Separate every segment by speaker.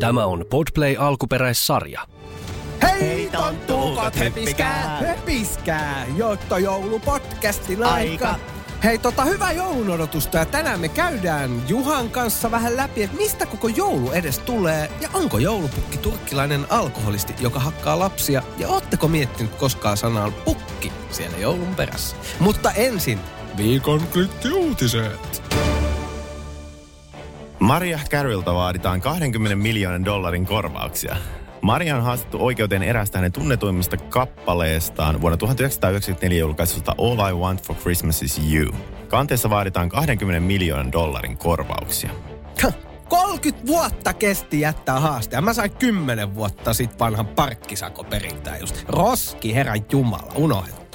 Speaker 1: Tämä on Podplay alkuperäissarja.
Speaker 2: Hei tonttuukot, hepiskää, hepiskää, jotta joulupodcastin aika.
Speaker 3: Aika.
Speaker 2: Hei tota, hyvää joulun odotusta ja tänään me käydään Juhan kanssa vähän läpi, että mistä koko joulu edes tulee ja onko joulupukki turkkilainen alkoholisti, joka hakkaa lapsia ja ootteko miettinyt koskaan sanaan pukki siellä joulun perässä. Mutta ensin viikon klikkiuutiset.
Speaker 3: Maria Carrollta vaaditaan 20 miljoonan dollarin korvauksia. Maria on haastettu oikeuteen erästä hänen tunnetuimmista kappaleestaan vuonna 1994 julkaisusta All I Want for Christmas is You. Kanteessa vaaditaan 20 miljoonan dollarin korvauksia.
Speaker 2: Häh, 30 vuotta kesti jättää haasteen. Mä sain 10 vuotta sit vanhan parkkisako perintään just. Roski, herran jumala, unohdettu.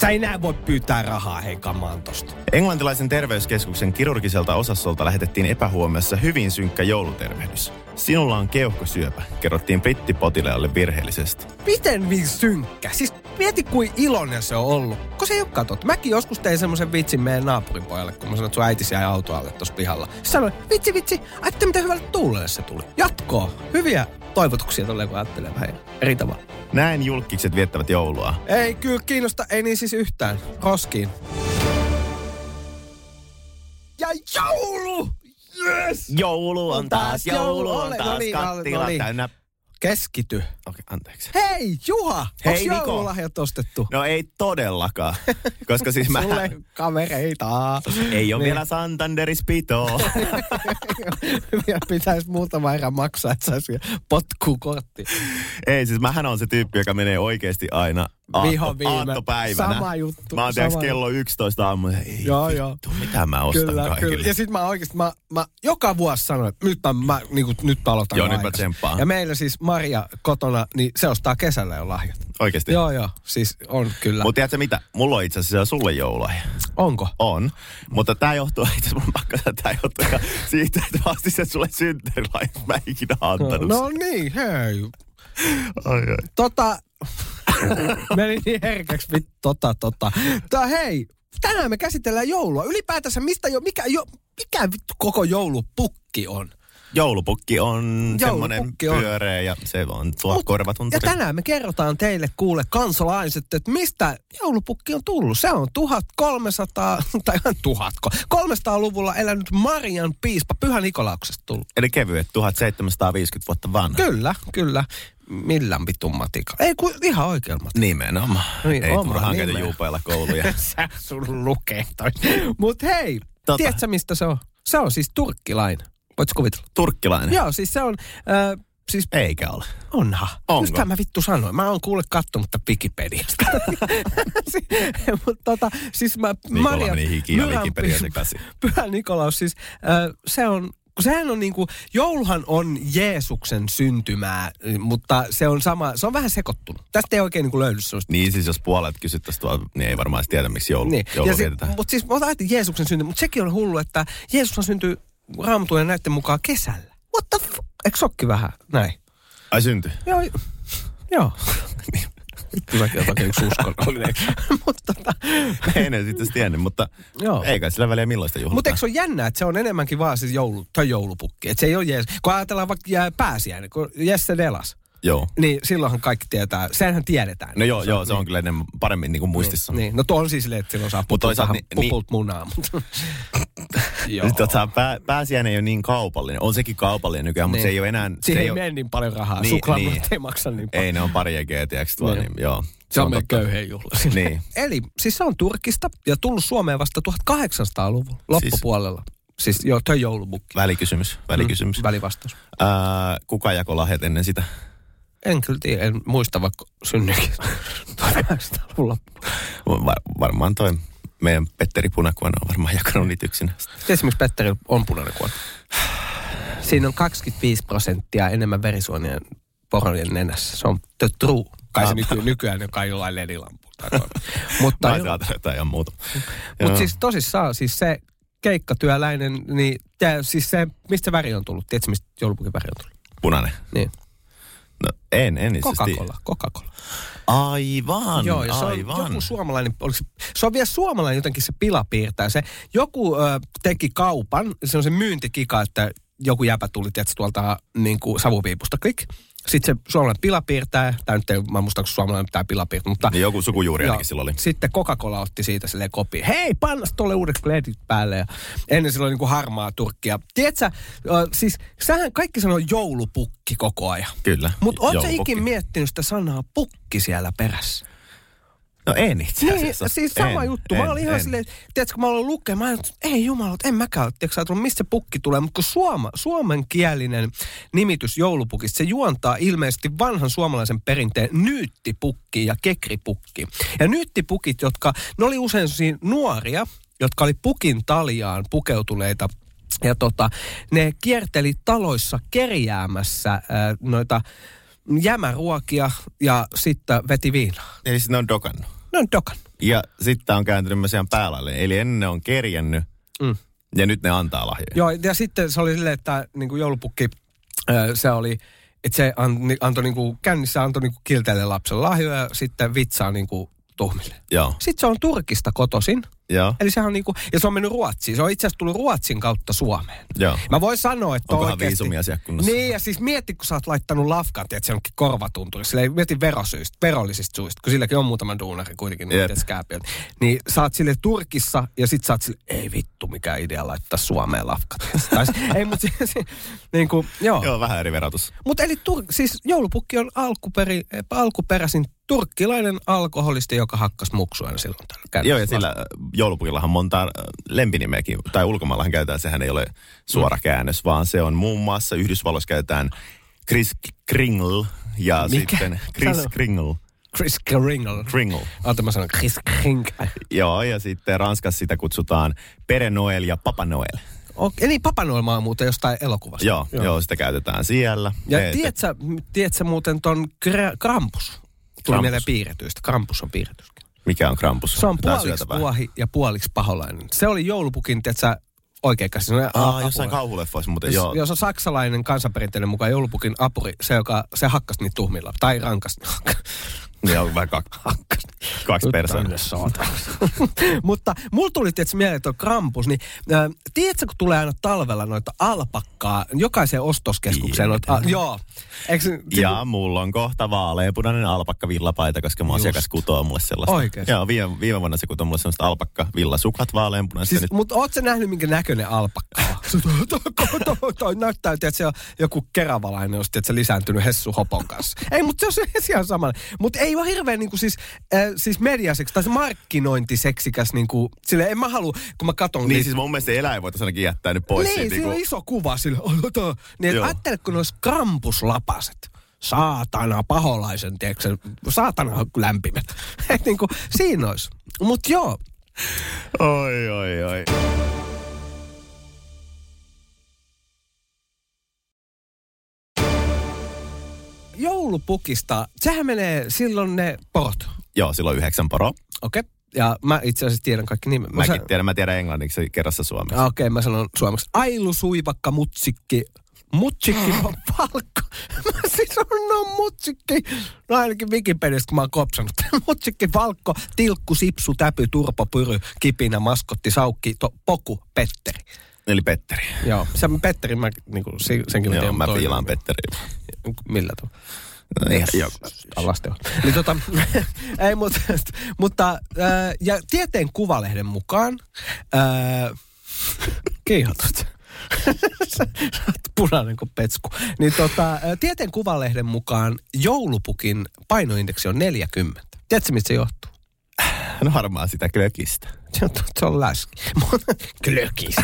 Speaker 2: Sä ei enää voi pyytää rahaa hei kamaan tosta.
Speaker 3: Englantilaisen terveyskeskuksen kirurgiselta osastolta lähetettiin epähuomiossa hyvin synkkä joulutervehdys. Sinulla on keuhkosyöpä, kerrottiin brittipotilaalle virheellisesti.
Speaker 2: Miten niin synkkä? Siis mieti kuin iloinen se on ollut. Kun se ei olekaan totta. Mäkin joskus tein semmoisen vitsin meidän naapurin pojalle, kun mä sanoin, että sun äiti jäi autoalle tuossa pihalla. Sanoin, vitsi vitsi, ajattele mitä hyvälle tuulelle se tuli. Jatkoa. Hyviä toivotuksia tolleen, kun ajattelee vähän eri tavalla.
Speaker 3: Näin julkikset viettävät joulua.
Speaker 2: Ei kyllä kiinnosta, ei niin siis yhtään. Roskiin. Ja joulu! Yes!
Speaker 3: Joulu
Speaker 2: On taas joulu, ole- no niin, no niin.
Speaker 3: täynnä. Okei,
Speaker 2: Keskity.
Speaker 3: okay, anteeksi.
Speaker 2: Hei Juha!
Speaker 3: Hei,
Speaker 2: Onks
Speaker 3: Niko.
Speaker 2: joululahjat ostettu?
Speaker 3: No ei todellakaan, koska siis mä
Speaker 2: Sulle kavereita.
Speaker 3: ei ole
Speaker 2: Niin.
Speaker 3: vielä Santanderis pitoa.
Speaker 2: Vielä pitäisi muutama erä maksaa, että saisi potkukortti.
Speaker 3: ei siis mähän on se tyyppi, joka menee oikeasti aina aatto,
Speaker 2: Vihon viime.
Speaker 3: aattopäivänä.
Speaker 2: Sama juttu,
Speaker 3: Mä oon tiiäks
Speaker 2: sama
Speaker 3: kello 11 aamulla, ei
Speaker 2: Joo, Siis-
Speaker 3: joo,
Speaker 2: joo.
Speaker 3: vittu, mitä mä ostan kyllä, kaikille.
Speaker 2: Ja sit mä oikeesti, mä, mä joka vuosi sanon, että nyt mä, mä niin kuin, nyt mä aloitan
Speaker 3: Joo, nyt mä
Speaker 2: aikaisin.
Speaker 3: tsemppaan.
Speaker 2: Ja meillä siis Maria kotona, niin se ostaa kesällä jo lahjat.
Speaker 3: Oikeesti.
Speaker 2: Joo, joo, siis on kyllä.
Speaker 3: Mutta tiedätkö mitä? Mulla on itse asiassa sulle joululahja.
Speaker 2: Onko?
Speaker 3: On. Mutta tää johtuu, itse asiassa mun on pakko sanoa, tää johtuu ihan siitä, että mä ostin sen sulle synttärilahja. Mä en ikinä antanut
Speaker 2: No niin, hei.
Speaker 3: sitä. Ai, ai.
Speaker 2: Tota, meni niin herkäksi, vittu, tota, tota. Tää, hei, tänään me käsitellään joulua. Ylipäätänsä mistä jo, mikä, jo, mikä vittu koko joulupukki on?
Speaker 3: Joulupukki on semmoinen
Speaker 2: Joulupukki on.
Speaker 3: pyöreä ja se on tuo
Speaker 2: Mut- Ja
Speaker 3: korvatunturi.
Speaker 2: tänään me kerrotaan teille kuule kansalaiset, että mistä joulupukki on tullut. Se on 1300, tai ihan tuhatko, 300-luvulla elänyt Marian piispa Pyhä Nikolauksesta tullut.
Speaker 3: Eli kevyet, 1750 vuotta vanha.
Speaker 2: Kyllä, kyllä. Millään vitun matika. Ei kun ihan oikealla matikalla.
Speaker 3: Nimenomaan.
Speaker 2: Niin,
Speaker 3: Niin, Ei
Speaker 2: oma
Speaker 3: turhaan käydä
Speaker 2: nimeä.
Speaker 3: juupailla kouluja.
Speaker 2: Sä sun lukee toi. Mut hei, tota.
Speaker 3: Tota.
Speaker 2: tiedätkö mistä se on? Se on siis turkkilainen. Voitko kuvitella?
Speaker 3: Turkkilainen.
Speaker 2: Joo, siis se on, äh, siis
Speaker 3: Eikä ole.
Speaker 2: Onhan.
Speaker 3: Onko?
Speaker 2: Just mä vittu sanoin. Mä oon kuule kattonut tätä Wikipediasta. Si- Mut tota, siis mä...
Speaker 3: Nikola meni hiki ja
Speaker 2: Myrän-
Speaker 3: Wikipedia sekaisin.
Speaker 2: Pyhä Nikolaus, siis äh, se on... kun Sehän on niinku, jouluhan on Jeesuksen syntymää, mutta se on sama, se on vähän sekoittunut. Tästä ei oikein niinku löydy sellaista
Speaker 3: Niin siis jos puolet kysyttäisiin tuolla, niin ei varmaan edes tiedä, miksi joulu, niin. joulu
Speaker 2: ja
Speaker 3: se,
Speaker 2: se,
Speaker 3: vietetään.
Speaker 2: mutta siis mä otan ajattelin Jeesuksen synty, mutta sekin on hullu, että Jeesushan syntyy raamatujen näiden mukaan kesällä. What the f... Eikö sokki vähän? Näin.
Speaker 3: Ai synty.
Speaker 2: Joo. Joo. Vittu mäkin oon takia yksi uskonnollinen. Mutta tota,
Speaker 3: ei ne sitten tiennyt, mutta
Speaker 2: Joo.
Speaker 3: Joo. ei kai sillä väliä millaista juhlataan.
Speaker 2: mut eikö se ole jännä, että se on enemmänkin vaan siis joulu, tai joulupukki. Että se ei ole jees. Kun ajatellaan vaikka jää pääsiäinen, kun Jesse Delas,
Speaker 3: Joo.
Speaker 2: niin silloinhan kaikki tietää, sehän tiedetään.
Speaker 3: No joo, joo, se on kyllä enemmän paremmin niin kuin muistissa.
Speaker 2: Niin, no tuo on siis silleen, että silloin saa pupulta,
Speaker 3: toisaalta
Speaker 2: vähän
Speaker 3: ni- ni-
Speaker 2: pupulta munaa. Mutta. joo.
Speaker 3: Nyt Tota, pää, pääsiäinen ei ole niin kaupallinen. On sekin kaupallinen nykyään, mutta
Speaker 2: Niin.
Speaker 3: se ei ole enää... se
Speaker 2: Siihen ei
Speaker 3: ole-
Speaker 2: mene niin paljon rahaa. Niin,
Speaker 3: Niin,
Speaker 2: Suklaanut
Speaker 3: niin.
Speaker 2: ei maksa niin paljon.
Speaker 3: Ei, ne on pari egeä, tiedätkö tuo,
Speaker 2: Niin.
Speaker 3: niin joo. totta.
Speaker 2: köyheen juhla.
Speaker 3: Niin.
Speaker 2: Eli siis se on Turkista ja tullut Suomeen vasta 1800-luvun loppupuolella. Siis, siis joo, toi joulupukki.
Speaker 3: Välikysymys, välikysymys. Mm,
Speaker 2: Välivastaus.
Speaker 3: kuka jako lahjat ennen sitä?
Speaker 2: En kyllä tiedä, en muista vaikka synnyikin 1800-luvulla.
Speaker 3: Var, varmaan toi meidän Petteri Punakuona on varmaan jakanut niitä yksin.
Speaker 2: Esimerkiksi Petteri on punainen kuori. Siinä on 25 prosenttia enemmän verisuonien porojen nenässä. Se on the true. Kai se
Speaker 3: Ah.
Speaker 2: nyky, nykyään joka jollain ledilampu. tai noin. Mutta
Speaker 3: Tai
Speaker 2: joo.
Speaker 3: ajatellut jotain ihan muuta.
Speaker 2: Mutta
Speaker 3: Joo.
Speaker 2: siis tosissaan, siis se keikkatyöläinen, niin tää, siis se, mistä se väri on tullut? Tiedätkö, mistä joulupukin väri on tullut?
Speaker 3: Punainen.
Speaker 2: Niin,
Speaker 3: No, en, en itse asiassa siis tiedä.
Speaker 2: Coca-Cola, Coca-Cola.
Speaker 3: Aivan,
Speaker 2: Joo, ja se on
Speaker 3: aivan.
Speaker 2: joku suomalainen, oliko se, se on vielä suomalainen jotenkin se pilapiirtäjä. Se, joku ö, teki kaupan, se on se myyntikika, että joku jäpä tuli tietysti tuolta niin kuin savupiipusta, klik. Sitten se suomalainen pilapiirtäjä, tai nyt ei, mä en muista, onko suomalainen pitää pilapiirtää, mutta
Speaker 3: Niin joku sukujuuri ainakin silloin oli.
Speaker 2: sitten Coca-Cola otti siitä silleen kopiin. Hei, pannas tuolle uudet kleetit päälle. Ja ennen silloin niinku harmaa turkkia. Tiedätkö, äh, siis sähän kaikki sanoo joulupukki koko ajan.
Speaker 3: Kyllä.
Speaker 2: Mutta oot sä
Speaker 3: joulupukki.
Speaker 2: ikin miettinyt sitä sanaa pukki siellä perässä?
Speaker 3: No en itse
Speaker 2: Niin,
Speaker 3: asiassa.
Speaker 2: siis sama
Speaker 3: en,
Speaker 2: juttu.
Speaker 3: en,
Speaker 2: Mä olin ihan
Speaker 3: en.
Speaker 2: silleen, tiedätkö, kun mä olin lukea, mä olin, että ei jumala, en mäkään ole, tiedätkö, ajatellut, mistä se pukki tulee. Mutta kun suoma, suomenkielinen nimitys joulupukista, se juontaa ilmeisesti vanhan suomalaisen perinteen nyyttipukki ja kekripukki. Ja nyyttipukit, jotka, ne oli usein sellaisia nuoria, jotka oli pukin taljaan pukeutuneita ja tota, ne kierteli taloissa kerjäämässä äh, noita jämäruokia ja sitten veti viinaa.
Speaker 3: Eli sitten ne on dokannut.
Speaker 2: Ne on dokannut.
Speaker 3: Ja sitten tää on kääntynyt myös ihan päälaille. Eli ennen ne on kerjännyt
Speaker 2: Mm.
Speaker 3: ja nyt ne antaa lahjoja.
Speaker 2: Joo, ja sitten se oli silleen, että niin kuin joulupukki, ö, se oli, että se antoi, antoi niin kuin, kännissä antoi niin kuin kilteille lapsen lahjoja ja sitten vitsaa niin kuin tuhmille.
Speaker 3: Joo.
Speaker 2: Sitten se on Turkista kotoisin,
Speaker 3: Joo.
Speaker 2: eli sehän on niin kuin, ja se on mennyt Ruotsiin. Se on itse asiassa tullut Ruotsin kautta Suomeen.
Speaker 3: Joo.
Speaker 2: Mä voin sanoa, että
Speaker 3: Onkohan
Speaker 2: oikeasti...
Speaker 3: viisumia siellä kunnossa?
Speaker 2: Niin, ja siis mieti, kun sä oot laittanut lafkan, tiedät, se onkin korvatunturi. Sillä ei mieti verosyistä, verollisista suista, kun silläkin on muutaman duunari kuitenkin, niin
Speaker 3: Jep.
Speaker 2: tiedät, skääpiöt. Niin sä oot sille Turkissa, ja sit sä oot sille, ei vittu, mikä idea laittaa Suomeen lafkat. tai, se- ei, mutta siis, niin kuin, joo.
Speaker 3: Joo, vähän eri verotus.
Speaker 2: Mutta eli tur, siis joulupukki on alkuperi, alkuperäisin turkkilainen alkoholisti, joka hakkas muksua aina silloin tällä kädessä.
Speaker 3: Joo, ja sillä äh, joulupukillahan monta äh, lempinimeäkin, tai ulkomaillahan käytetään, sehän ei ole suora
Speaker 2: Mm.
Speaker 3: käännös, vaan se on muun muassa Yhdysvalloissa käytetään Chris Kringle ja
Speaker 2: Mikä?
Speaker 3: sitten Chris
Speaker 2: Sano.
Speaker 3: Kringle.
Speaker 2: Chris Kringle.
Speaker 3: Kringle.
Speaker 2: Ota mä sanon Chris Kringle.
Speaker 3: Joo, ja sitten Ranskassa sitä kutsutaan Pere Noel ja Papa Noel.
Speaker 2: Okay, eli Papa Noel on muuten jostain elokuvasta.
Speaker 3: Joo, joo. joo sitä käytetään siellä.
Speaker 2: Ja
Speaker 3: Ne-
Speaker 2: tiedätkö, tiedätkö muuten ton Kra- Krampus? Tuli
Speaker 3: Krampus.
Speaker 2: mieleen piirretyistä. Krampus on piirretyskin.
Speaker 3: Mikä on Krampus?
Speaker 2: Se on
Speaker 3: Pitää
Speaker 2: puoliksi
Speaker 3: syötävää.
Speaker 2: puohi ja puoliksi paholainen. Se oli joulupukin, tiedätkö, oikein käsi.
Speaker 3: Aa, jossain kauhuleffoissa, mutta
Speaker 2: jos,
Speaker 3: joo.
Speaker 2: jos on saksalainen kansanperinteinen mukaan joulupukin apuri, se, joka, se hakkas niitä tuhmilla. Tai rankas.
Speaker 3: Ne on vähän kaksi, kaksi persoonaa.
Speaker 2: Mutta mulla tuli tietysti mieleen tuo krampus, niin äh, tiedätkö, kun tulee aina talvella noita alpakkaa, jokaiseen ostoskeskukseen noita, a, joo. Eikö, se-
Speaker 3: Ja mulla on kohta vaaleanpunainen alpakka villapaita, koska mun
Speaker 2: Just.
Speaker 3: asiakas kutoo mulle sellaista.
Speaker 2: Oikeesti?
Speaker 3: Joo, viime, viime vuonna se kutoo mulle sellaista alpakka villasukat vaaleanpunaiset.
Speaker 2: Siis,
Speaker 3: Siis, nyt,
Speaker 2: mutta ootko sä nähnyt, minkä näköinen alpakka on? Toi- toi- toi näyttää, että se on joku keravalainen, jos se lisääntynyt Hessu Hopon kanssa. Ei, mutta se on se ihan sama. Mutta ei ole hirveän niinku, siis, äh, siis mediaseksi tai se markkinointiseksikäs. Niinku, sille en mä halua, kun mä katon
Speaker 3: niin
Speaker 2: niitä-
Speaker 3: siis mun mielestä se eläin voitaisiin ainakin jättää nyt pois.
Speaker 2: niin,
Speaker 3: siitä,
Speaker 2: siinä on
Speaker 3: niinku-
Speaker 2: iso kuva sillä. Niin, et
Speaker 3: Joo.
Speaker 2: ajattele, kun ne olisi krampuslapaset. Saatana, paholaisen, tiedätkö Saatana on lämpimät. Et niinku, siinä olisi. Mutta joo,
Speaker 3: Oi, oi, oi.
Speaker 2: joulupukista, sehän menee silloin ne porot.
Speaker 3: Joo, silloin yhdeksän poro.
Speaker 2: Okei. Okay. Ja mä itse asiassa tiedän kaikki nimet.
Speaker 3: Mäkin
Speaker 2: sä-
Speaker 3: tiedän, mä tiedän englanniksi kerrassa suomeksi.
Speaker 2: Ah, Okei, okay, mä sanon suomeksi. Ailu, suivakka, mutsikki. Mutsikki on palkka. Mä siis on, no mutsikki. No ainakin Wikipediasta, kun mä oon kopsanut. Mutsikki, palkko, tilkku, sipsu, täpy, turpo, pyry, kipinä, maskotti, saukki, to, poku, petteri.
Speaker 3: Eli Petteri.
Speaker 2: Joo, se Petteri, mä niinku, se- senkin mä
Speaker 3: Joo,
Speaker 2: tiedän.
Speaker 3: mä No
Speaker 2: mutta
Speaker 3: piilaan
Speaker 2: toi-
Speaker 3: Petteri.
Speaker 2: Millä tavalla?
Speaker 3: Yes.
Speaker 2: Lasten. Niin tota, ei, mutta, mutta äh, ja tieteen kuvalehden mukaan, äh, kiihotut. Sä oot punainen kuin petsku. Niin tota, äh, tieteen kuvalehden mukaan joulupukin painoindeksi on 40. Tiedätkö, mistä se johtuu?
Speaker 3: No varmaan sitä klökistä.
Speaker 2: Se on, se on läski. Klökis.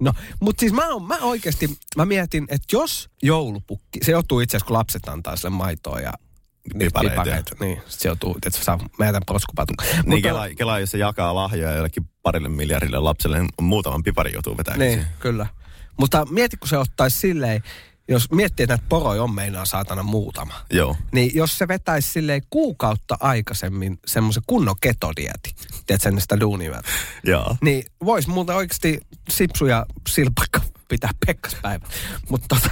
Speaker 2: No, mutta siis mä, oon- mä oikeasti, mä mietin, että jos joulupukki, se joutuu itse asiassa, kun lapset antaa sille maitoa ja
Speaker 3: Pipareita.
Speaker 2: Niin, sit se joutuu, että sä saa, mä jätän proskupatun.
Speaker 3: Niin kela, kela, jos se jakaa lahjoja jollekin parille miljardille lapselle, niin muutaman piparin joutuu vetää.
Speaker 2: niin, kyllä. Mutta mieti, kun se ottaisi silleen, jos miettii, että näitä poroja on meinaa saatana muutama.
Speaker 3: Joo.
Speaker 2: Niin jos se vetäisi silleen kuukautta aikaisemmin semmoisen kunnon ketodietin, tiedätkö ennen sitä duunia,
Speaker 3: Joo.
Speaker 2: niin vois muuten oikeasti sipsu ja silpakka pitää pekkaspäivä. Mutta tota,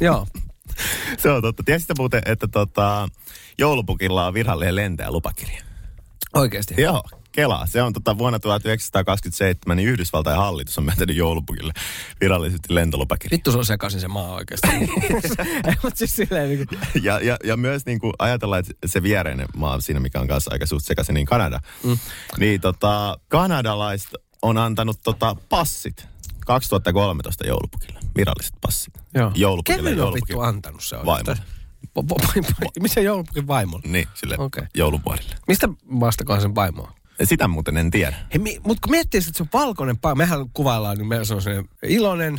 Speaker 2: joo,
Speaker 3: Se on totta. Tiesitkö muuten, että tota, joulupukilla on virallinen lentäjä lupakirja?
Speaker 2: oikeasti.
Speaker 3: Joo, Kela. Se on tota, vuonna 1927 niin Yhdysvaltain hallitus on myöntänyt joulupukille virallisesti lentolupakirjan.
Speaker 2: Vittu se on sekaisin se maa oikeasti. Ei, mutta siis silleen niin kuin,
Speaker 3: Ja, ja, ja myös niin kuin ajatellaan, että se viereinen maa siinä, mikä on kanssa aika suht sekaisin, niin Kanada. Mm. Niin tota, kanadalaiset on antanut tota, passit 2013 joulupukille. Viralliset passit.
Speaker 2: joo.
Speaker 3: Joulupukille,
Speaker 2: Kenelle on
Speaker 3: joulupukille.
Speaker 2: vittu antanut se
Speaker 3: Vaimolle.
Speaker 2: oikeastaan? Va- va- vaimo- Missä joulupukin vaimolle?
Speaker 3: Niin, sille
Speaker 2: Okei.
Speaker 3: okay. joulupuolille.
Speaker 2: Mistä maastakohan sen vaimo on?
Speaker 3: Sitä muuten en tiedä.
Speaker 2: Hei, mi, mut kun miettii, että se on valkoinen paikka, mehän kuvaillaan, niin meillä se on sellainen iloinen,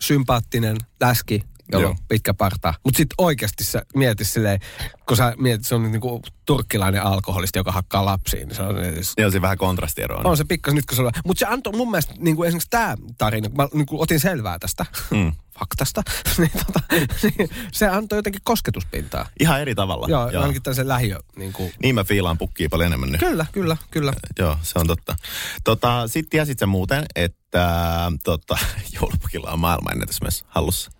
Speaker 2: sympaattinen läski, jolla on
Speaker 3: Joo.
Speaker 2: pitkä parta. Mut sit oikeasti sä mietit silleen, kun sä mietit, se on niinku turkkilainen alkoholisti, joka hakkaa lapsiin, niin se on
Speaker 3: Niin on siinä vähän kontrastieroa.
Speaker 2: on se pikkas nyt, kun se on. Mutta se antoi mun mielestä niin kuin esimerkiksi tämä tarina, kun mä niin kuin otin selvää tästä mm. faktasta, niin, tota, niin se antoi jotenkin kosketuspintaa.
Speaker 3: Ihan eri tavalla.
Speaker 2: Joo, Joo, ainakin tällaisen lähiö. Niin kuin.
Speaker 3: Niin mä fiilaan pukkia paljon enemmän nyt.
Speaker 2: Kyllä, kyllä, kyllä.
Speaker 3: Joo, se on totta. Tota, sit tiesit sä muuten, että tota, joulupukilla on maailmanennätys myös hallussa.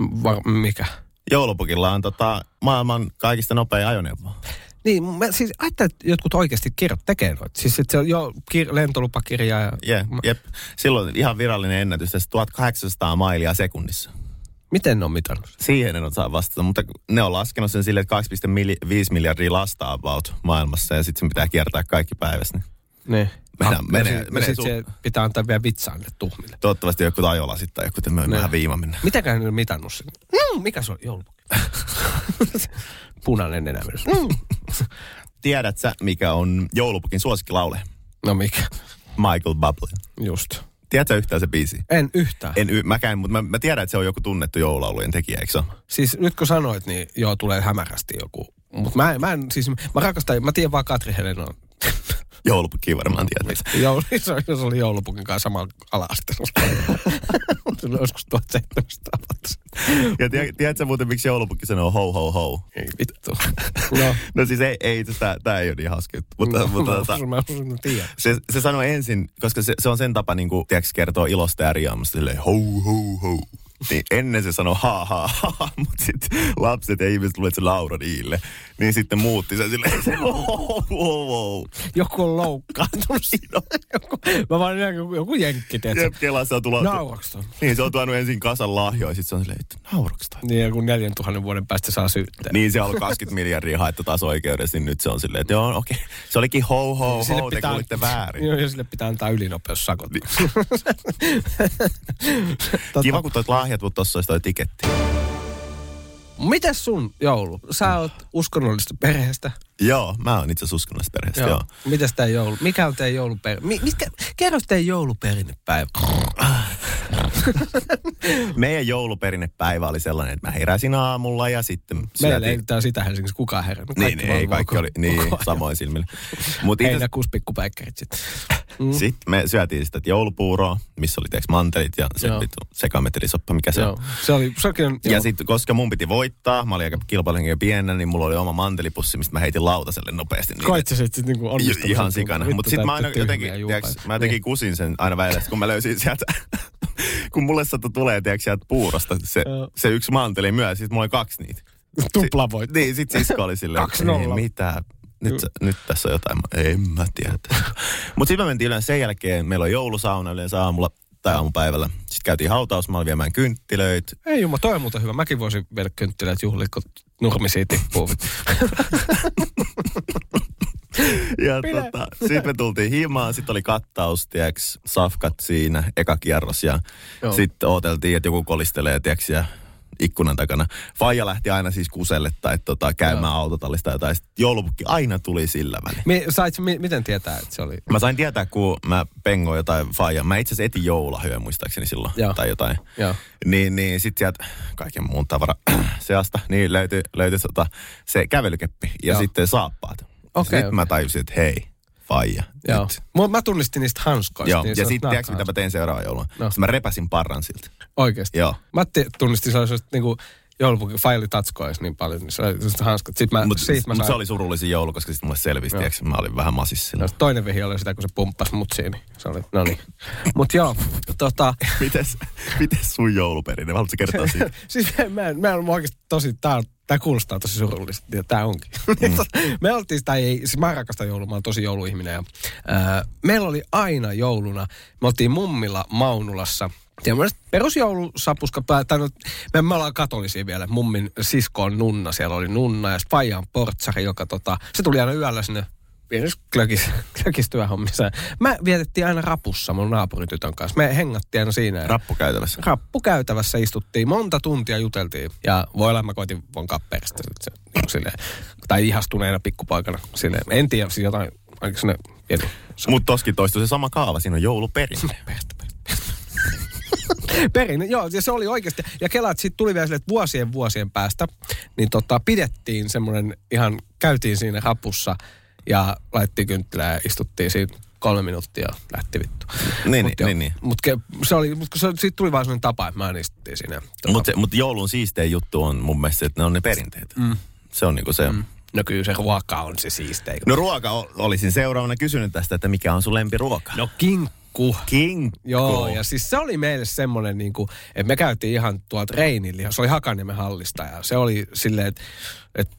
Speaker 2: Var, mikä?
Speaker 3: Joulupukilla on tota, maailman kaikista nopein ajoneuvo.
Speaker 2: Niin, mä siis ajattelin, että jotkut oikeasti kirjat tekee noita. Siis että se on jo kir- lentolupakirja ja...
Speaker 3: Yeah, jep. Silloin ihan virallinen ennätys, tässä 1800 mailia sekunnissa.
Speaker 2: Miten ne on mitannut?
Speaker 3: Siihen en osaa vastata, mutta ne on laskenut sen silleen, että 2,5 miljardia lasta about maailmassa ja sitten sen pitää kiertää kaikki päivässä. Niin
Speaker 2: Niin.
Speaker 3: Mennään-
Speaker 2: Ah,
Speaker 3: menee-
Speaker 2: ja sit- ja
Speaker 3: menee
Speaker 2: sit
Speaker 3: sun-
Speaker 2: se pitää antaa vielä vitsaille tuhmille.
Speaker 3: Toivottavasti joku ajolasittaa tai joku tämmöinen
Speaker 2: Niin.
Speaker 3: vähän viimaminen.
Speaker 2: Mitäköhän ne on mitannut sen? Mm, mikä se on? Joulupukki. Punainen nenä myös. Mm.
Speaker 3: Tiedät sä, mikä on joulupukin suosikkilaule?
Speaker 2: No mikä?
Speaker 3: Michael Bublé.
Speaker 2: Just.
Speaker 3: Tiedät sä yhtään se biisi?
Speaker 2: En yhtään. En.
Speaker 3: En, y- mäkään, mutta mä, mä, tiedän, että se on joku tunnettu joululaulujen tekijä, eikö se ole?
Speaker 2: Siis nyt kun sanoit, niin joo, tulee hämärästi joku. Mutta mä, en- mä en, siis mä rakastan, mä tiedän vaan Katri Helenoa.
Speaker 3: Joulupukki varmaan tiedät.
Speaker 2: Joulu, se oli- se oli joulupukin kanssa sama ala-asteella. Se oli joskus 1700 avattu.
Speaker 3: Ja tie, tiedät sä muuten, miksi joulupukki sanoo ho ho ho?
Speaker 2: Ei vittu. No,
Speaker 3: No siis ei, ei tämä, tämä ei ole niin hauska juttu, mutta,
Speaker 2: no,
Speaker 3: mutta
Speaker 2: mä,
Speaker 3: tota,
Speaker 2: mä, mä, mä tiedän.
Speaker 3: se, se sanoi ensin, koska se, se on sen tapa niin kuin, tiedätkö, kertoo ilosta ja riaamasta, silleen ho ho ho. Niin ennen se sanoi ha ha ha, mutta sitten lapset ja ihmiset luulee, että se Laura niille. Niin sitten muutti sen silleen se ho ho ho ho.
Speaker 2: Joku on loukkaantunut siinä. Joku, mä vaan näen, joku, joku jenkki,
Speaker 3: Jep,
Speaker 2: tiedätkö?
Speaker 3: Kelassa on tullut...
Speaker 2: Nauraks toi?
Speaker 3: Niin, se on tuonut ensin kasan lahjoja, sitten se on silleen, että nauraks toi?
Speaker 2: Niin, joku 4000 vuoden päästä saa syytteen.
Speaker 3: Niin, se on ollut 20 miljardia haettu taas oikeudessa, niin nyt se on silleen, että joo, okei. Se olikin ho ho ho, te kuulitte väärin.
Speaker 2: Joo, ja sille pitää antaa ylinopeussakot. Tota,
Speaker 3: Niin. Kiva, kun toit lahjat, mutta tossa olisi toi tiketti.
Speaker 2: Mites sun joulu?
Speaker 3: Mm.
Speaker 2: Sä oot uskonnollisesta perheestä.
Speaker 3: Joo, mä oon itse asiassa uskonnollista perheestä, joo. joo.
Speaker 2: Mites tää joulu? Mikä on teidän jouluper? Mi- mitkä, kerro teidän jouluperinnepäivä.
Speaker 3: Meidän jouluperinnepäivä oli sellainen, että mä heräsin aamulla ja sitten...
Speaker 2: Meillä
Speaker 3: syötiin-
Speaker 2: ei tää sitä Helsingissä kukaan herännyt.
Speaker 3: Niin, niin, ei,
Speaker 2: vaan
Speaker 3: kaikki
Speaker 2: ulko-
Speaker 3: oli, niin,
Speaker 2: ulkoa.
Speaker 3: samoin silmillä. Mutta
Speaker 2: Heinäkuussa pikkupäikkärit sit. Mm.
Speaker 3: sitten me syötiin sitä joulupuuroa, missä oli tiiäks mantelit ja se
Speaker 2: Joo.
Speaker 3: vittu sekametelisoppa, mikä se on.
Speaker 2: Joo, se oli, se oli,
Speaker 3: Ja sitten, koska mun piti voittaa, mä olin aika kilpailuhenkeä pienenä, niin mulla oli oma mantelipussi, mistä mä heitin lautaselle nopeasti. Niin,
Speaker 2: Koit sä sit, sit niinku
Speaker 3: Ju-
Speaker 2: onnistunut.
Speaker 3: ihan sikana.
Speaker 2: Vittu,
Speaker 3: Mutta sitten mä
Speaker 2: täyttä
Speaker 3: aina
Speaker 2: tyhmiä
Speaker 3: jotenkin,
Speaker 2: juupaita.
Speaker 3: tiiäks, mä
Speaker 2: Niin.
Speaker 3: jotenkin kusin sen aina välillä, sit kun mä löysin sieltä, kun mulle sattu tulee, tiiäks, sieltä puurosta se,
Speaker 2: Joo.
Speaker 3: se yksi manteli myös, sit mulla oli kaksi niitä.
Speaker 2: Niin. Tuplavoitto.
Speaker 3: Niin, sit sisko oli silleen,
Speaker 2: Kaksi
Speaker 3: että
Speaker 2: nolla.
Speaker 3: ei mitään. Nyt, sä- nyt tässä on jotain, Mä- en mä tiedä. Mutta sitten me mentiin yleensä sen jälkeen, meillä on joulusauna yleensä aamulla tai aamupäivällä. Sitten käytiin hautausmaalla viemään kynttilöitä.
Speaker 2: Ei jumma, toi on muuten hyvä. Mäkin voisin viedä kynttilät juhlit, kun nurmisia tippuu.
Speaker 3: Ja
Speaker 2: Pidä.
Speaker 3: tota, sitten me tultiin himaan, sitten oli kattaus, tiiäks, safkat siinä, eka kierros ja
Speaker 2: Joo.
Speaker 3: sitten ooteltiin, että joku kolistelee, tiiäks, ja ikkunan takana. Faija lähti aina siis kuselle tai tota, käymään autotallista jotain. Sitten joulupukki aina tuli sillä välin.
Speaker 2: Mi, sait, mi, miten tietää, että se oli?
Speaker 3: Mä sain tietää, kun mä pengoin jotain faijaa. Mä itse asiassa etin joulahyö muistaakseni silloin
Speaker 2: Joo.
Speaker 3: tai jotain.
Speaker 2: Joo.
Speaker 3: Niin, niin sit sieltä kaiken muun tavara seasta, niin löytyi, löytyi tota, se kävelykeppi ja
Speaker 2: Joo.
Speaker 3: sitten saappaat.
Speaker 2: Okei,
Speaker 3: Sitten mä tajusin, että hei, faija.
Speaker 2: Joo.
Speaker 3: nyt.
Speaker 2: Mut mä tunnistin niistä hanskoista.
Speaker 3: Joo.
Speaker 2: niin se
Speaker 3: ja
Speaker 2: on
Speaker 3: sitten tiedätkö,
Speaker 2: nahkahanskoja.
Speaker 3: mitä mä tein seuraava jouluna?
Speaker 2: No.
Speaker 3: No. Sitten mä repäsin parran siltä.
Speaker 2: Oikeesti.
Speaker 3: Joo.
Speaker 2: Mä te, tunnistin sellaiset niinku joulupukin failitatskoa edes niin paljon, niin se oli sellaiset hanskat. Sitten mä,
Speaker 3: Mutta
Speaker 2: siitä mä
Speaker 3: mut
Speaker 2: sain,
Speaker 3: se oli surullisin joulu, koska sitten mulle selvisi,
Speaker 2: Joo.
Speaker 3: tiedätkö, mä olin vähän masissa
Speaker 2: no,
Speaker 3: silloin.
Speaker 2: toinen vihi oli sitä, kun se pumppasi mut siinä. Se oli, no niin. Mut joo, tota,
Speaker 3: Mites, mites sun jouluperinne? Mä haluatko kertoa siitä?
Speaker 2: siis mä en, mä en, mä en oikeasti tosi, tää on Tämä kuulostaa tosi surulliselta ja tämä onkin. Mm. me oltiin, tai ei, siis mä rakastan joulua, mä oon tosi jouluihminen. Ja, ää, meillä oli aina jouluna, me oltiin mummilla Maunulassa. Tämmöiset perusjoulusapuska, pää- tai no, me, me ollaan katolisia vielä, mummin sisko on nunna, siellä oli nunna ja Spaja on portsari, joka tota, se tuli aina yöllä sinne pienessä klökis, klökistyöhommissa. Mä vietettiin aina rapussa mun naapuritytön kanssa. Me hengattiin aina siinä. ja-
Speaker 3: Rappukäytävässä.
Speaker 2: rappukäytävässä istuttiin, monta tuntia juteltiin. Ja voi olla, mä koitin vonkaa perstä. sit se, niinku silleen, tai ihastuneena pikkupaikana. Silleen, en tiedä, siis jotain, oliko sinne pieni
Speaker 3: Mutta toskin toistuu se sama kaava, siinä on jouluperinne.
Speaker 2: perstä, perstä. Perinne, joo, ja se oli oikeasti. Ja kelaat sitten tuli vielä sille, että vuosien vuosien päästä, niin tota, pidettiin semmoinen ihan, käytiin siinä rapussa ja laittiin kynttilää ja istuttiin siinä kolme minuuttia ja lähti vittu.
Speaker 3: Niin,
Speaker 2: Mut
Speaker 3: niin,
Speaker 2: joo,
Speaker 3: niin, niin.
Speaker 2: Mut ke, se oli, mut kun se, siitä tuli vaan semmoinen tapa, että mä aina istuttiin siinä. ja tota-
Speaker 3: Mutta mut joulun siistein juttu on mun mielestä, se, että ne on ne perinteet. Mm. Se on niinku se. Mm.
Speaker 2: No kyllä se ruoka on se siistein.
Speaker 3: No ruoka o- olisin seuraavana kysynyt tästä, että mikä on sun lempiruoka?
Speaker 2: no kinkku.
Speaker 3: kinkku.
Speaker 2: Joo, ja siis se oli meille semmoinen, niin kuin, että me käytiin ihan tuolta Reinillä, se oli Hakaniemen hallista, ja se oli silleen, että, että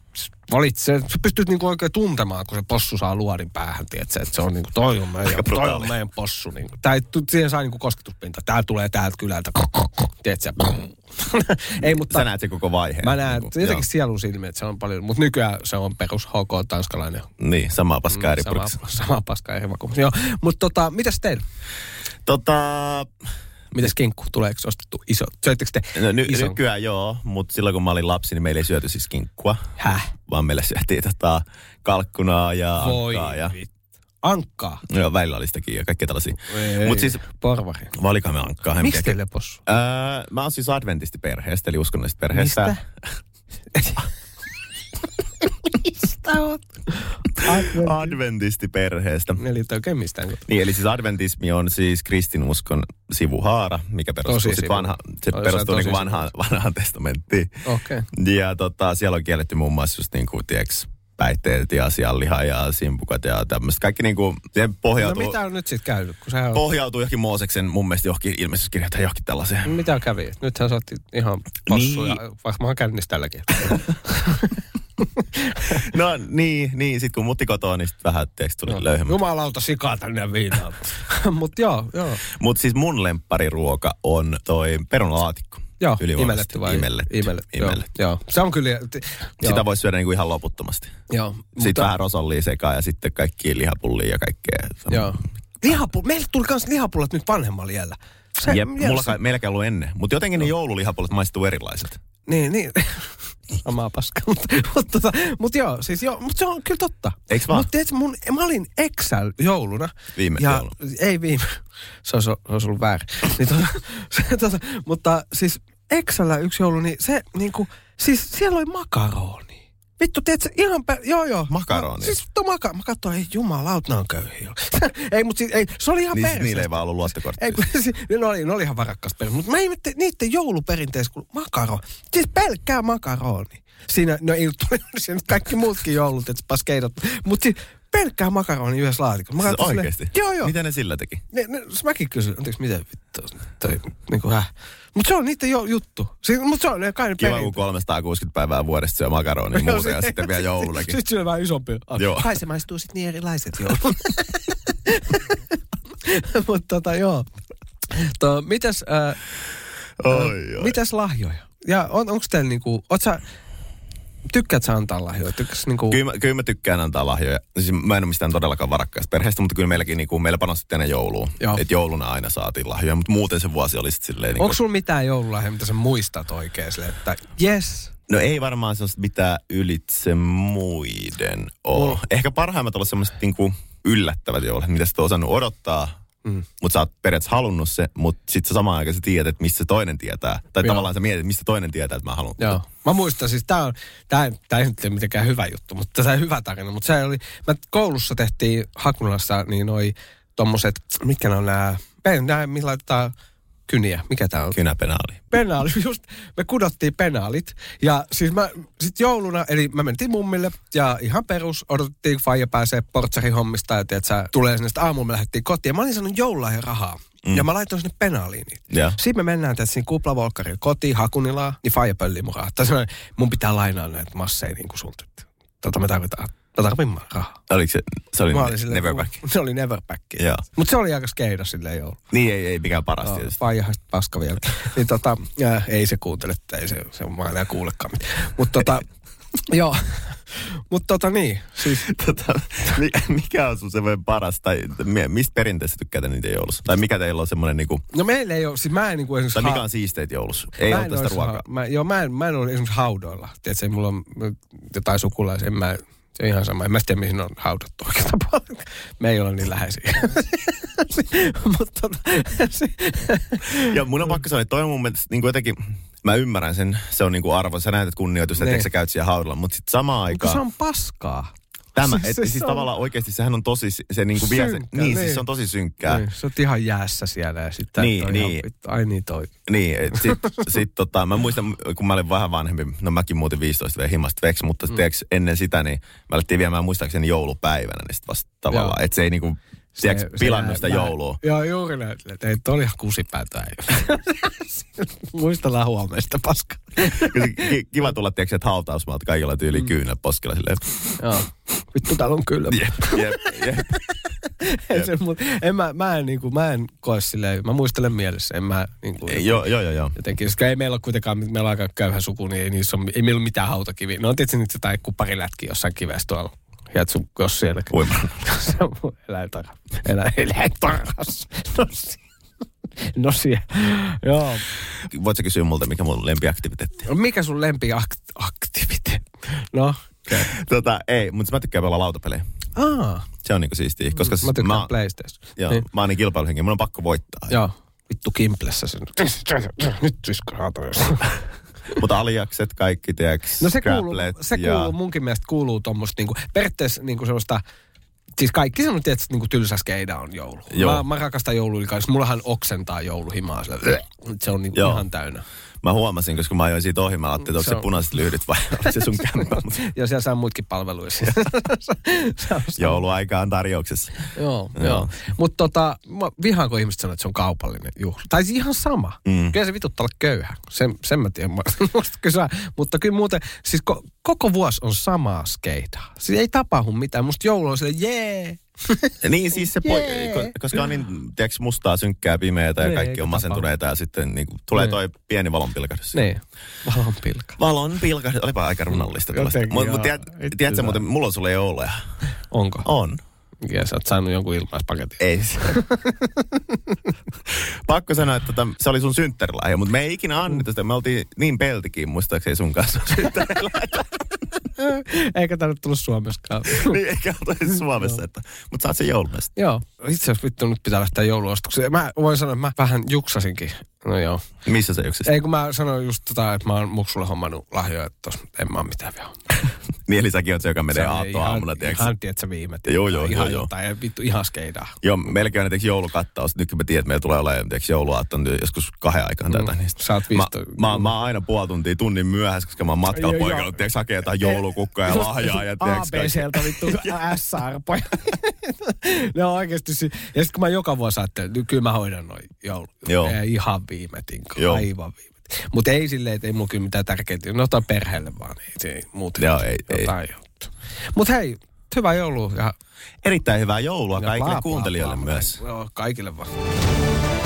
Speaker 2: valitse, sä pystyt niinku oikein tuntemaan, kun se possu saa luodin päähän, tiedätkö, että se on niinku, toi on meidän, toi on
Speaker 3: brutaali.
Speaker 2: meidän possu. Niinku. Tää, ei tu- siihen saa niinku kosketuspinta, tää tulee täältä kylältä, tiedätkö, ei, mutta...
Speaker 3: Sä näet sen koko vaiheen.
Speaker 2: Mä näen
Speaker 3: Niinku,
Speaker 2: jotenkin sielun silmiin, että se on paljon, mutta nykyään se on perus HK tanskalainen
Speaker 3: joo. Niin, sama paskaa eri
Speaker 2: Mm, sama,
Speaker 3: purkissa.
Speaker 2: sama paska eri vakuus. Joo, mutta tota, mitäs teillä?
Speaker 3: Tota,
Speaker 2: Mitäs kinkku? Tuleeko ostettu iso? Söittekö te
Speaker 3: no, ny,
Speaker 2: ison?
Speaker 3: nykyään joo, mutta silloin kun mä olin lapsi, niin meillä ei syöty siis kinkkua,
Speaker 2: Häh?
Speaker 3: vaan meillä syötiin tota kalkkunaa ja
Speaker 2: Voi
Speaker 3: ankkaa ja,
Speaker 2: vittu. Ankkaa?
Speaker 3: ja välillä oli sitäkin ja kaikkea tällaisia.
Speaker 2: Ei.
Speaker 3: Mutta siis,
Speaker 2: Porvari.
Speaker 3: valikamme ankkaa. en
Speaker 2: Miksi
Speaker 3: tiedä.
Speaker 2: teille possu?
Speaker 3: Öö, mä oon siis adventistiperheestä, eli uskonnollisesta perheestä.
Speaker 2: Mistä? Mistä oot?
Speaker 3: Adventistiperheestä.
Speaker 2: Eli et oikein mistään.
Speaker 3: Niin, eli siis adventismi on siis kristinuskon sivuhaara, mikä perustuu,
Speaker 2: Tosi
Speaker 3: sit
Speaker 2: sivu.
Speaker 3: vanha, se
Speaker 2: Toisaalta
Speaker 3: perustuu
Speaker 2: tosi
Speaker 3: niinku vanhaan, vanhaan testamenttiin.
Speaker 2: Okei. Okay.
Speaker 3: Ja tota, siellä on kielletty muun muassa just niinku, tieks, päihteet ja asianliha ja simpukat ja tämmöistä. Kaikki niinku, se
Speaker 2: No
Speaker 3: pohjautuu,
Speaker 2: mitä on nyt sitten käynyt? Kun sä oot...
Speaker 3: pohjautuu johonkin Mooseksen mun mielestä johonkin ilmestyskirjaan tai johonkin tällaiseen.
Speaker 2: Mitä kävi? Nythän sä oot ihan possu ja
Speaker 3: Niin.
Speaker 2: varmaan käynnissä tälläkin.
Speaker 3: No niin, niin sit kun mutti kotoa, niin sit vähän tiiäks, tuli no. löyhemmä.
Speaker 2: Jumalauta sikaa tänne viinaan. Mut joo, joo.
Speaker 3: Mutta siis mun lemppariruoka on toi perunalaatikko.
Speaker 2: Joo,
Speaker 3: Ylivoimaisesti.
Speaker 2: imelletty vai?
Speaker 3: Imelletty.
Speaker 2: imelletty.
Speaker 3: Imelletty.
Speaker 2: Joo, joo. Se on kyllä... t- Joo,
Speaker 3: Sitä voisi syödä niinku ihan loputtomasti.
Speaker 2: joo.
Speaker 3: Sitten vähän rosollia sekaan ja sitten kaikki lihapullia ja kaikkea.
Speaker 2: Joo. Lihapu, meillä tuli myös lihapullat nyt vanhemmalla iällä. Se,
Speaker 3: Jep,
Speaker 2: jep,
Speaker 3: mulla
Speaker 2: se-
Speaker 3: kai, meilläkään ollut ennen. Mutta jotenkin ne joululihapullat maistuu erilaiset.
Speaker 2: Niin, niin. Samaa paskaa. Mutta mut, tota, mut joo, siis joo, mut se on kyllä totta.
Speaker 3: Eiks vaan?
Speaker 2: Mut tiedätkö, mun, mä olin Excel jouluna.
Speaker 3: Viime
Speaker 2: ja,
Speaker 3: jouluna.
Speaker 2: Ei viime. Se olisi, se olisi ollut väärin. Niin, tota, se, tota, mutta siis Excellä yksi joulu, niin se niinku, siis siellä oli makaroni. Vittu, tiedätkö, ihan pä... Joo, joo.
Speaker 3: Makaroni.
Speaker 2: Mä, siis to maka... Mä katsoin, ei jumalauta, nää on köyhiä. ei, mut siis, ei, se oli ihan
Speaker 3: Niin sit
Speaker 2: perseestä.
Speaker 3: niillä ei vaan ollut luottokorttia.
Speaker 2: Ei, kun, siis, ne, oli, ne oli ihan varakkaas perintö. Mutta mä ihmettelin niiden jouluperinteessä, kun makaro. Siis pelkkää makaroni. Siinä, no ei tule siinä nyt kaikki muutkin joulut, että paskeidat. Mutta siis pelkkää makaroni yhdessä laatikossa. Mä
Speaker 3: Siis
Speaker 2: katsoin silleen,
Speaker 3: oikeesti?
Speaker 2: Joo, joo.
Speaker 3: Mitä ne sillä teki?
Speaker 2: Ne, ne, s- mäkin kysyin, anteeksi, miten vittu, toi, niinku häh. Mut se on niiden jo, juttu. Siis, mut se on ne kai ne
Speaker 3: Kiva, kun
Speaker 2: perintö.
Speaker 3: 360 päivää vuodesta syö makaronia
Speaker 2: Joo,
Speaker 3: muuta ja
Speaker 2: se-
Speaker 3: sitten vielä joulunakin.
Speaker 2: Sitten syö vähän isompi. Ah,
Speaker 3: Joo.
Speaker 2: Kai se maistuu sitten niin erilaiset joulun. Mutta tota, joo. To, mitäs, äh,
Speaker 3: Oi, oi.
Speaker 2: No, Mitäs lahjoja? Ja on, onko teillä niinku, oot sä, tykkäät sä antaa lahjoja? Tykkäs niinku,
Speaker 3: Kyllä mä, kyllä mä tykkään antaa lahjoja. Siis mä en ole mistään todellakaan varakkaasta perheestä, mutta kyllä meilläkin niinku, meillä panostettiin aina jouluun.
Speaker 2: Joo.
Speaker 3: Et jouluna aina saatiin lahjoja, mutta muuten se vuosi oli sit silleen... Niinku,
Speaker 2: onko sulla mitään joululahjoja, mitä sä muistat oikein sille, että yes,
Speaker 3: No ei varmaan sellaista mitään ylitse muiden ole.
Speaker 2: Mm.
Speaker 3: Ehkä parhaimmat olla semmoiset niinku yllättävät joulut, mitä sä oot osannut odottaa. Mm. Mutta sä oot periaatteessa halunnut se, mutta sitten sä samaan aikaan sä tiedät, että mistä se toinen tietää. Tai
Speaker 2: Joo.
Speaker 3: Joo. tavallaan sä mietit, mistä toinen tietää, että mä haluan.
Speaker 2: Joo. Mä muistan, siis tää, on, tää, tää ei nyt ole mitenkään hyvä juttu, mutta se on hyvä tarina. Mutta se oli, mä koulussa tehtiin Hakunalassa niin noi tommoset, mitkä ne on nää, pen- nää, millä laitetaan kyniä, mikä tää on?
Speaker 3: Kynäpenaali.
Speaker 2: penaali, just, me kudottiin penaalit. Ja siis mä, sit jouluna, eli mä mentiin mummille ja ihan perus, odotettiin, kun faija pääsee portsarihommista ja tiedät, sä, tulee sinne, sitten aamulla me lähdettiin kotiin. Ja mä olin saanut joululahjan rahaa. Mm. Ja mä laitoin sinne penaaliin niitä.
Speaker 3: Joo.
Speaker 2: Sitten me mennään tässä siinä kuplavolkkarilla kotiin Hakunilaa, niin Faija pöllii mun rahat. Tai sanoin, mun pitää lainaa näitä masseja niin kuin sulta. että Tota me tarvitaan, mä tarvin mä rahaa.
Speaker 3: Oliko se, se oli,
Speaker 2: Mä
Speaker 3: ne-
Speaker 2: olin silleen,
Speaker 3: Neverback.
Speaker 2: Se oli Neverback.
Speaker 3: Niin, Joo.
Speaker 2: Mutta se oli aika skeino silleen joulu.
Speaker 3: Niin ei, ei mikään paras
Speaker 2: Joo,
Speaker 3: tietysti.
Speaker 2: Faija sit paska vielä. niin tota, ää, ei se kuuntele, että ei se, se mä enää kuulekaan. Mutta tota, joo. Mutta tota niin, siis
Speaker 3: Tota, mi- mikä on sun semmoinen paras, tai mi- mistä perinteessä tykkäätä niitä joulussa? Tai mikä teillä on semmoinen, niinku,
Speaker 2: No meillä ei ole, siis mä en niin kuin esimerkiksi...
Speaker 3: tai mikä on siisteet joulussa? Ei
Speaker 2: mä
Speaker 3: ole
Speaker 2: en
Speaker 3: tästä
Speaker 2: ois
Speaker 3: ruokaa.
Speaker 2: Mä, joo, mä en, mä en ole esimerkiksi haudoilla. Tiedätkö, ei mulla on jotain sukulaisia, en mä, se on ihan sama. En mä tiedä, mihin ne on haudattu oikeastaan paljon. Me ei ole niin läheisiä. Mutta tota, se-
Speaker 3: Ja mun on pakko sanoa, että toi on mun mielestä niin kuin jotenkin, mä ymmärrän sen, se on niin kuin arvo, sä näytät kunnioitusta,
Speaker 2: Niin.
Speaker 3: että sä käyt siellä haudalla, mutta sitten samaan
Speaker 2: kun se
Speaker 3: aikaan,
Speaker 2: on paskaa.
Speaker 3: tämä,
Speaker 2: se-
Speaker 3: et,
Speaker 2: se-
Speaker 3: siis
Speaker 2: se on-
Speaker 3: tavallaan oikeasti sehän on tosi, se niin kuin vie sen,
Speaker 2: Synkkä,
Speaker 3: niin,
Speaker 2: niin.
Speaker 3: siis se on tosi synkkää.
Speaker 2: Niin, sä oot ihan jäässä siellä ja sitten...
Speaker 3: Niin,
Speaker 2: toi
Speaker 3: niin.
Speaker 2: Ihan, ai niin toi.
Speaker 3: Niin, et sit, sit tota, mä muistan, kun mä olin vähän vanhempi, no mäkin muutin 15 vielä himasta veksi, mutta mm. tiiäks, ennen sitä, niin mä alettiin viemään muistaakseni joulupäivänä, niin sit vasta tavallaan, että se ei niinku,
Speaker 2: Se-
Speaker 3: tiiäks,
Speaker 2: se
Speaker 3: pilannut
Speaker 2: jää-
Speaker 3: sitä
Speaker 2: mä-
Speaker 3: joulua.
Speaker 2: Joo, juuri näin. Että Ei, toi oli ihan kusipäätä. Muistellaan huomenna sitä paskaa.
Speaker 3: Kyllä se ki- Kiva tulla, tiiäks, että hautausmaalta kaikilla tyyli mm. kyynel poskella silleen.
Speaker 2: joo. Vittu, täällä on kylmä.
Speaker 3: Jep, jep, jep.
Speaker 2: Ei se, mut, en mä, mä, en, niin kuin, mä en koe silleen, mä muistelen mielessä, en mä niin kuin,
Speaker 3: Ei, Joo, joo, joo, joo.
Speaker 2: jotenkin, koska ei meillä ole kuitenkaan, meillä on aika köyhä suku, niin ei, niissä on, ei meillä ole mitään hautakiviä. No on tietysti nyt jotain kupparilätkiä jossain kivessä tuolla. Hiatsu, jos siellä.
Speaker 3: Uimalla.
Speaker 2: se on mun eläintarha. Elä, eläintarhas. No siellä. No siellä. Joo.
Speaker 3: Voit sä kysyä multa, mikä mun lempiaktiviteetti?
Speaker 2: Mikä sun lempi akt- aktiviteetti? No. Okay.
Speaker 3: Tota, ei, mutta mä tykkään pelaa lautapelejä.
Speaker 2: Aa,
Speaker 3: Se on niinku siistiä, koska
Speaker 2: mä tykkään
Speaker 3: mä,
Speaker 2: PlayStation.
Speaker 3: joo, niin. mä oon niin kilpailuhenki, mun on pakko voittaa.
Speaker 2: Joo. Vittu kimplessä sen. Nyt iskö haatoja.
Speaker 3: Mutta aliakset kaikki, tiiäks,
Speaker 2: No se kuuluu,
Speaker 3: Scrabblet
Speaker 2: se
Speaker 3: ja-
Speaker 2: kuuluu, munkin mielestä kuuluu tuommoista niinku, periaatteessa niinku sellaista, siis kaikki semmoinen tietysti niinku tylsä skeida on joulu.
Speaker 3: Joo.
Speaker 2: Mä, mä rakastan joulua kanssa, mullahan oksentaa jouluhimaa, sillä, se on niinku
Speaker 3: Joo.
Speaker 2: ihan täynnä.
Speaker 3: Mä huomasin, koska mä ajoin siitä ohi, mä ajattelin, että onko
Speaker 2: Se
Speaker 3: se
Speaker 2: on-
Speaker 3: punaiset lyhdyt vai onko se sun kämpä. Mutta
Speaker 2: Ja siellä saa muitkin palveluissa. Se on-
Speaker 3: jouluaika on tarjouksessa.
Speaker 2: Joo,
Speaker 3: Joo.
Speaker 2: joo. joo. Mutta tota, mä vihaan, kun ihmiset sanoo, että se on kaupallinen juhla. Tai siis ihan sama.
Speaker 3: Mm.
Speaker 2: Mm. Kyllä se vituttaa olla köyhä. Sen, sen mä tiedän. Muistatko sä? Mutta kyllä muuten, siis ko, koko vuosi on samaa skeidaa. Siis ei tapahdu mitään. Musta joulu on silleen, jee.
Speaker 3: Niin siis se
Speaker 2: Jee.
Speaker 3: poi- ko- koska on niin, tiedätkö, mustaa, synkkää, pimeätä ja
Speaker 2: Niin,
Speaker 3: kaikki
Speaker 2: eikä
Speaker 3: on
Speaker 2: tapaa.
Speaker 3: masentuneita ja sitten niin kuin, tulee
Speaker 2: Niin.
Speaker 3: toi pieni valonpilkahdus.
Speaker 2: Niin, valon pilka.
Speaker 3: Valon pilkahdus, olipa aika runallista tällaista.
Speaker 2: Jotenkin,
Speaker 3: Mutta
Speaker 2: joo.
Speaker 3: mut, tiedät,
Speaker 2: Vittu,
Speaker 3: tiedätkö
Speaker 2: joo.
Speaker 3: muuten, mulla on sulle jouluja.
Speaker 2: Onko?
Speaker 3: On.
Speaker 2: Ja sä oot saanut jonkun ilmaispaketin.
Speaker 3: Ei se. Pakko sanoa, että tota, se oli sun synttärilahja, mutta me ei ikinä annettu sitä. Me oltiin niin peltikin, muistaakseni sun kanssa synttärilahja.
Speaker 2: Eikä tänne tullut Suomessakaan.
Speaker 3: niin eikä oltu Suomessa. Että, mutta saat sen jouluna sitten.
Speaker 2: joo. Itse asiassa vittu nyt pitää lähteä jouluostokseen. Mä voin sanoa, että mä vähän juksasinkin. No joo.
Speaker 3: Missä se yksi?
Speaker 2: Ei kun mä sanoin just tota, että mä oon muksulle hommannut lahjoja, että tos en mä oo mitään vielä.
Speaker 3: Niin eli säkin oot se, joka menee
Speaker 2: Se oli
Speaker 3: aattoa aamuna, tiedätkö?
Speaker 2: Ihan, tiedätkö viime.
Speaker 3: Joo, joo,
Speaker 2: ihan
Speaker 3: joo, joo.
Speaker 2: jotain, ja vittu, ihan skeidaa.
Speaker 3: Joo, melkein on tiedätkö, joulukattaus. Nyt kun mä tiedän, että meillä tulee olemaan tiedätkö, jouluaatto on joskus kahden aikaan tai jotain niistä.
Speaker 2: sä oot
Speaker 3: Mä,
Speaker 2: Mm. viisto-
Speaker 3: mä, mä, oon aina puoli tuntia tunnin myöhässä, koska mä oon
Speaker 2: Joo,
Speaker 3: matkalla
Speaker 2: joo.
Speaker 3: poikalla, tiedätkö, hakee jotain joulukukkaa ja lahjaa ja tiedätkö,
Speaker 2: AB
Speaker 3: kaikki.
Speaker 2: sieltä vittu S-arpoja. ne on oikeasti. si- Ja sitten kun mä joka vuosi ajattelin, että kyllä mä hoidan noin joulut.
Speaker 3: Joo.
Speaker 2: Ei, Ihan viimetin,
Speaker 3: Joo.
Speaker 2: aivan viimetin. Mutta ei silleen, että ei mulla kyllä mitään tärkeintä. No tai perheelle vaan, ei se ei muuten.
Speaker 3: Joo, ei, ei.
Speaker 2: jotain juttu. Mutta hei, hyvää joulua ja
Speaker 3: Erittäin hyvää joulua
Speaker 2: ja
Speaker 3: kaikille
Speaker 2: bla, bla,
Speaker 3: kuuntelijoille
Speaker 2: bla,
Speaker 3: myös.
Speaker 2: Joo, kaikille vaan.